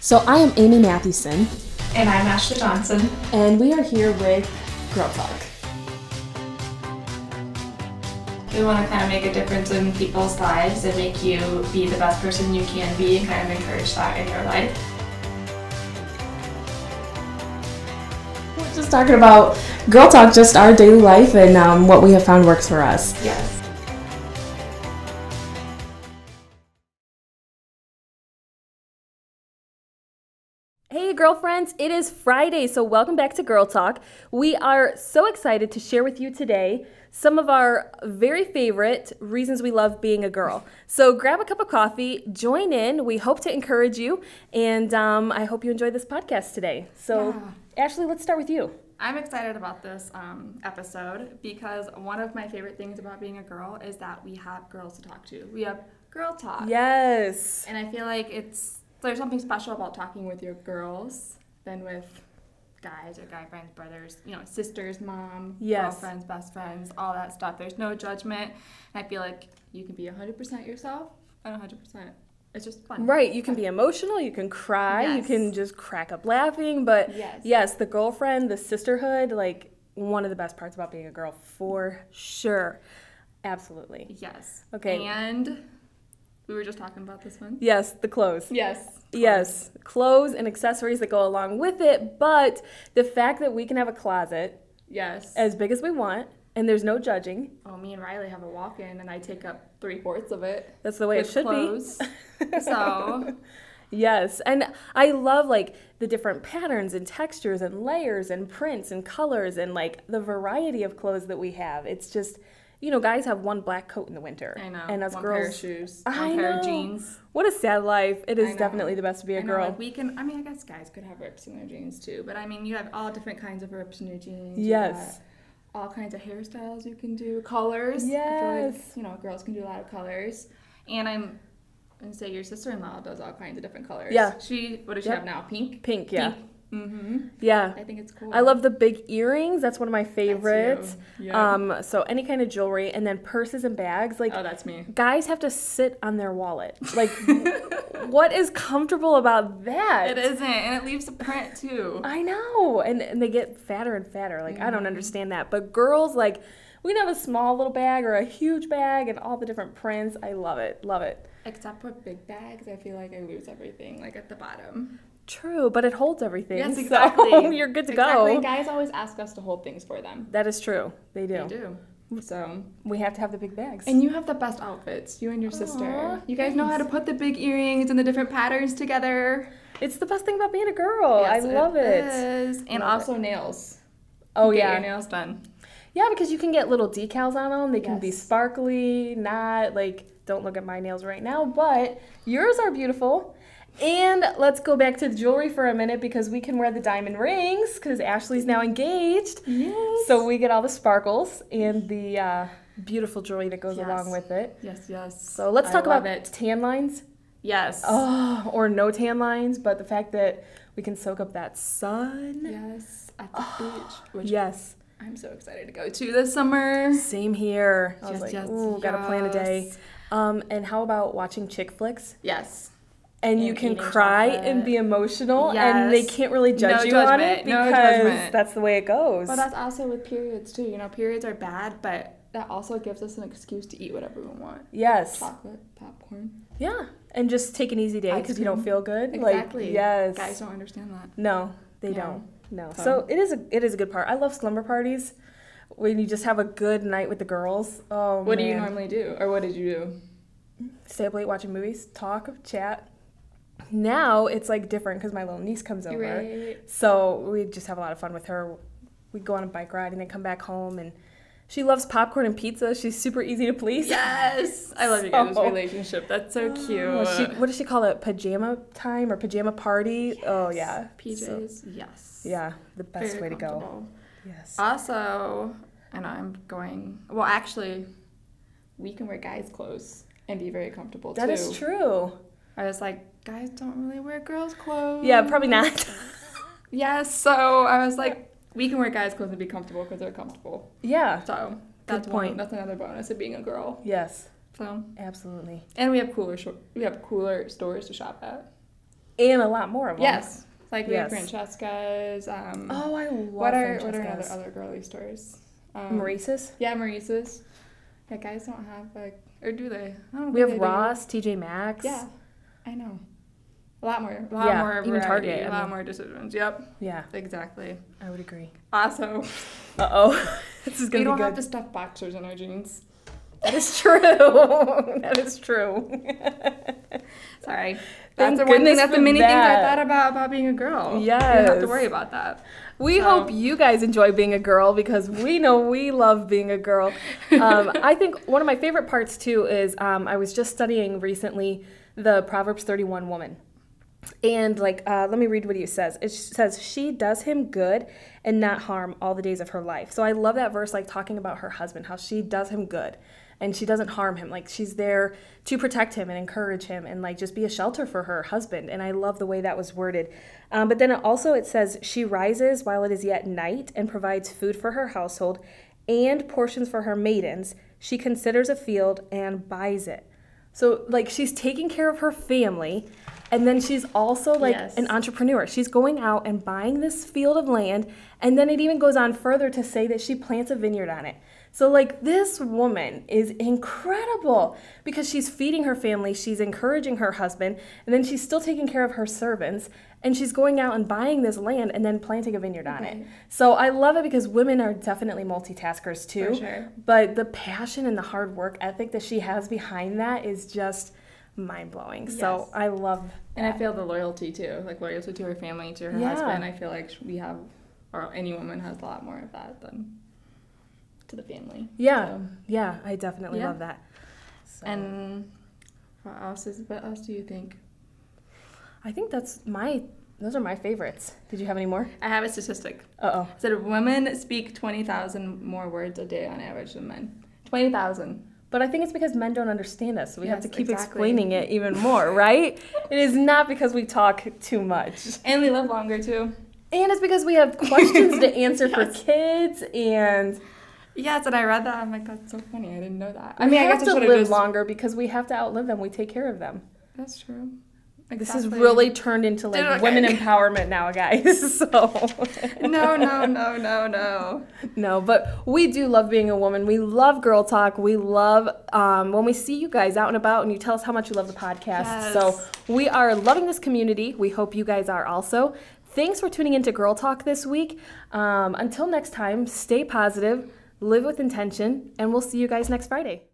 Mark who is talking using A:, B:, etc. A: So I am Amy Mathewson,
B: And I'm Ashley Johnson.
A: and we are here with Girl Talk.
B: We want to kind of make a difference in people's lives and make you be the best person you can be and kind of encourage that in your life.
A: We're just talking about Girl Talk, just our daily life and um, what we have found works for us.
B: Yes.
C: Hey, girlfriends, it is Friday, so welcome back to Girl Talk. We are so excited to share with you today some of our very favorite reasons we love being a girl. So grab a cup of coffee, join in. We hope to encourage you, and um, I hope you enjoy this podcast today. So, Ashley, let's start with you.
B: I'm excited about this um, episode because one of my favorite things about being a girl is that we have girls to talk to. We have girl talk.
C: Yes.
B: And I feel like it's there's something special about talking with your girls than with guys or guy friends, brothers, you know, sisters, mom,
C: Yes.
B: girlfriends, best friends, all that stuff. There's no judgment. And I feel like you can be 100% yourself and 100%. It's just fun.
C: Right, you can be emotional, you can cry, you
B: Yes.
C: can just crack up laughing, but
B: Yes.
C: yes, the girlfriend, the sisterhood, like one of the best parts about being a girl for sure. Absolutely.
B: Yes.
C: Okay.
B: And we were just talking about this one.
C: Yes, the clothes.
B: Yes.
C: Yes, clothes and accessories that go along with it, but the fact that we can have a closet
B: Yes.
C: as big as we want and there's no judging,
B: oh, me and Riley have a walk in and I take up three fourths of it.
C: that's the way
B: with
C: it should
B: clothes.
C: be.
B: so,
C: Yes, and I love like the different patterns and textures and layers and prints and colors and like the variety of clothes that we have. It's just, you know, guys have one black coat in the winter.
B: I know.
C: And us
B: one
C: girls,
B: pair of shoes, one
C: I
B: pair
C: know.
B: of jeans.
C: what a sad life. It
B: I
C: is
B: know.
C: definitely the best to be a
B: I know,
C: girl.
B: like, we can. I mean, I guess guys could have rips in their jeans too, but I mean, you have all different kinds of rips in your jeans. you
C: Yes.
B: got all kinds of hairstyles you can do, colors. I feel like,
C: Yes.
B: you know, girls can do a lot of colors, and I'm. And say your sister-in-law does all kinds of different colors.
C: Yeah.
B: She. What does she
C: Yep.
B: have now? Pink.
C: Pink, yeah.
B: Pink. Mm-hmm.
C: Yeah.
B: I think it's cool.
C: I love the big earrings. That's one of my
B: That's you.
C: favorites.
B: Yeah.
C: Um, so any kind of jewelry and then purses and bags. Like
B: oh, that's me.
C: guys have to sit on their wallet. Like what is comfortable about that?
B: It isn't, and it leaves a print too.
C: I know. And, and they get fatter and fatter. Like, I
B: Mm-hmm.
C: don't understand that. But girls, like, we can have a small little bag or a huge bag and all the different prints. I love it. Love it.
B: Except with big bags, I feel like I lose everything, like at the bottom.
C: True, but it holds everything.
B: Yes,
C: so
B: exactly.
C: you're good to
B: exactly.
C: go.
B: Guys always ask us to hold things for them.
C: That is true. They do.
B: They do. So.
C: We have to have the big bags.
B: And you have the best outfits, you and your sister.
C: Aw,
B: You guys know how to put the big earrings and the different patterns together.
C: it's the best thing about being a girl.
B: Yes,
C: Oh, I love it.
B: is. And
C: Love
B: also nails.
C: Oh,
B: Get
C: yeah.
B: your nails done.
C: Yeah, because you can get little decals on them. They can be
B: Yes.
C: sparkly, not like, don't look at my nails right now, but yours are beautiful. And let's go back to the jewelry for a minute because we can wear the diamond rings because Ashley's now engaged.
B: Yes.
C: So we get all the sparkles and the uh, beautiful jewelry that goes
B: Yes.
C: along with it.
B: Yes, yes.
C: So let's
B: I
C: talk about
B: love it.
C: tan lines
B: Yes.
C: oh, or no tan lines, but the fact that we can soak up that sun.
B: Yes. At the
C: Oh,
B: beach, which
C: Yes,
B: I'm so excited to go to this summer.
C: same here. I was
B: Yes,
C: like,
B: yes,
C: ooh, gotta plan a day.
B: yes.
C: Um, and how about watching chick flicks?
B: Yes.
C: and you
B: and
C: can
B: eating
C: cry
B: chocolate.
C: and be emotional and they
B: Yes.
C: can't really judge
B: No
C: you on it
B: judgment, no
C: because
B: judgment. uh,
C: that's the way it goes.
B: Well, that's also with periods too. You know, periods are bad, but that also gives us an excuse to eat whatever we want.
C: yes.
B: Chocolate, popcorn.
C: Yeah. And just take an easy day
B: Ice
C: because you don't
B: cream.
C: feel good.
B: Exactly.
C: Like yes.
B: Guys don't understand that.
C: no, they
B: Yeah.
C: don't. No.
B: So-
C: So it is a it is a good part. I love slumber parties when you just have a good night with the girls. Oh
B: What do you
C: man.
B: normally do, or what did you do?
C: Stay up late watching movies, talk, chat. Now it's like different because my little niece comes over. So we just have a lot of fun with her. We go on a bike ride and then come back home, and she loves popcorn and pizza. She's super easy to please.
B: Yes, Oh. I love your guys'
C: So-
B: relationship. That's so cute.
C: Well, she, what does she call it? Pajama time or pajama party? Oh yeah, So,
B: PJs. yes.
C: yeah, the best
B: Very
C: way to go.
B: comfortable.
C: Yes.
B: Also, and I'm going. Well, actually, we can wear guys' clothes and be very comfortable
C: That
B: too.
C: is true.
B: I was like, guys don't really wear girls' clothes.
C: Yeah, probably not.
B: Yes, so I was like, we can wear guys' clothes and be comfortable because they're comfortable.
C: yeah.
B: So that's
C: point.
B: one. That's another bonus of being a girl.
C: Yes.
B: So
C: Absolutely.
B: and we have cooler shor we have cooler stores to shop at.
C: and a lot more of them.
B: Yes. Like we have
C: Yes.
B: Francesca's. Um,
C: Oh, I love
B: what are what are
C: Francesca's.
B: another other girly stores? Um,
C: Maurice's?
B: Yeah, Maurice's. Yeah, guys don't have like, or do they? I don't
C: We have
B: think they do.
C: Ross, TJ Maxx.
B: Yeah, I know. A lot more, a lot
C: Yeah,
B: more
C: even
B: variety,
C: Target, I
B: a lot
C: mean-
B: more decisions. Yep,
C: Yeah,
B: exactly.
C: I would agree.
B: Also,
C: Uh oh. this is going
B: we
C: to
B: don't
C: be
B: have
C: good.
B: to stuff boxers in our jeans.
C: That is true. that is true.
B: Sorry.
C: Thank
B: that's the one thing.
C: goodness
B: That's the
C: for
B: many
C: that.
B: things I thought about about being a girl. you don't have
C: Yes.
B: to worry about that.
C: We
B: So-
C: hope you guys enjoy being a girl because we know we love being a girl. Um, I think one of my favorite parts too is um, I was just studying recently the Proverbs 31 woman. And like, uh, let me read what he says. It says, "She does him good and not harm all the days of her life." So I love that verse, like talking about her husband, how she does him good, and she doesn't harm him. Like she's there to protect him and encourage him, and like just be a shelter for her husband. And I love the way that was worded. Um, but then it also it says, "She rises while it is yet night and provides food for her household, and portions for her maidens. She considers a field and buys it." So like she's taking care of her family and then she's also like
B: Yes.
C: an entrepreneur. She's going out and buying this field of land and then it even goes on further to say that she plants a vineyard on it. So like this woman is incredible because she's feeding her family, she's encouraging her husband, and then she's still taking care of her servants and she's going out and buying this land and then planting a vineyard on it. So I love it because women are definitely multitaskers too.
B: sure.
C: But the passion and the hard work ethic that she has behind that is just mind blowing. So
B: Yes.
C: I love
B: And I feel the loyalty too, like loyalty to her family, to her
C: Yeah.
B: husband. I feel like we have, or any woman has a lot more of that than to the family.
C: Yeah.
B: So-
C: Yeah, I definitely
B: Yeah.
C: love that. So
B: And what else is? What else do you think?
C: I think that's my those are my favorites. Did you have any more?
B: I have a statistic.
C: Uh oh.
B: It said women speak twenty thousand more words a day on average than men. Twenty thousand.
C: But I think it's because men don't understand us, so we have to
B: Yes,
C: keep
B: exactly.
C: explaining it even more, right? it is not because we talk too much.
B: And they live longer too.
C: And it's because we have questions to answer for kids and
B: Yes, and I read that. I'm like, that's so funny. I didn't know that. I
C: we
B: mean, I
C: have
B: guess I
C: to
B: should
C: live
B: have just.
C: longer because we have to outlive them. We take care of them.
B: That's true.
C: This has
B: Exactly.
C: really turned into like
B: Dude, okay.
C: women empowerment now, guys. So
B: no, no, no, no, no.
C: no, but we do love being a woman. We love girl talk. We love um, when we see you guys out and about, and you tell us how much you love the podcast.
B: Yes.
C: So we are loving this community. We hope you guys are also. Thanks for tuning into Girl Talk this week. Um, until next time, stay positive, live with intention, and we'll see you guys next Friday.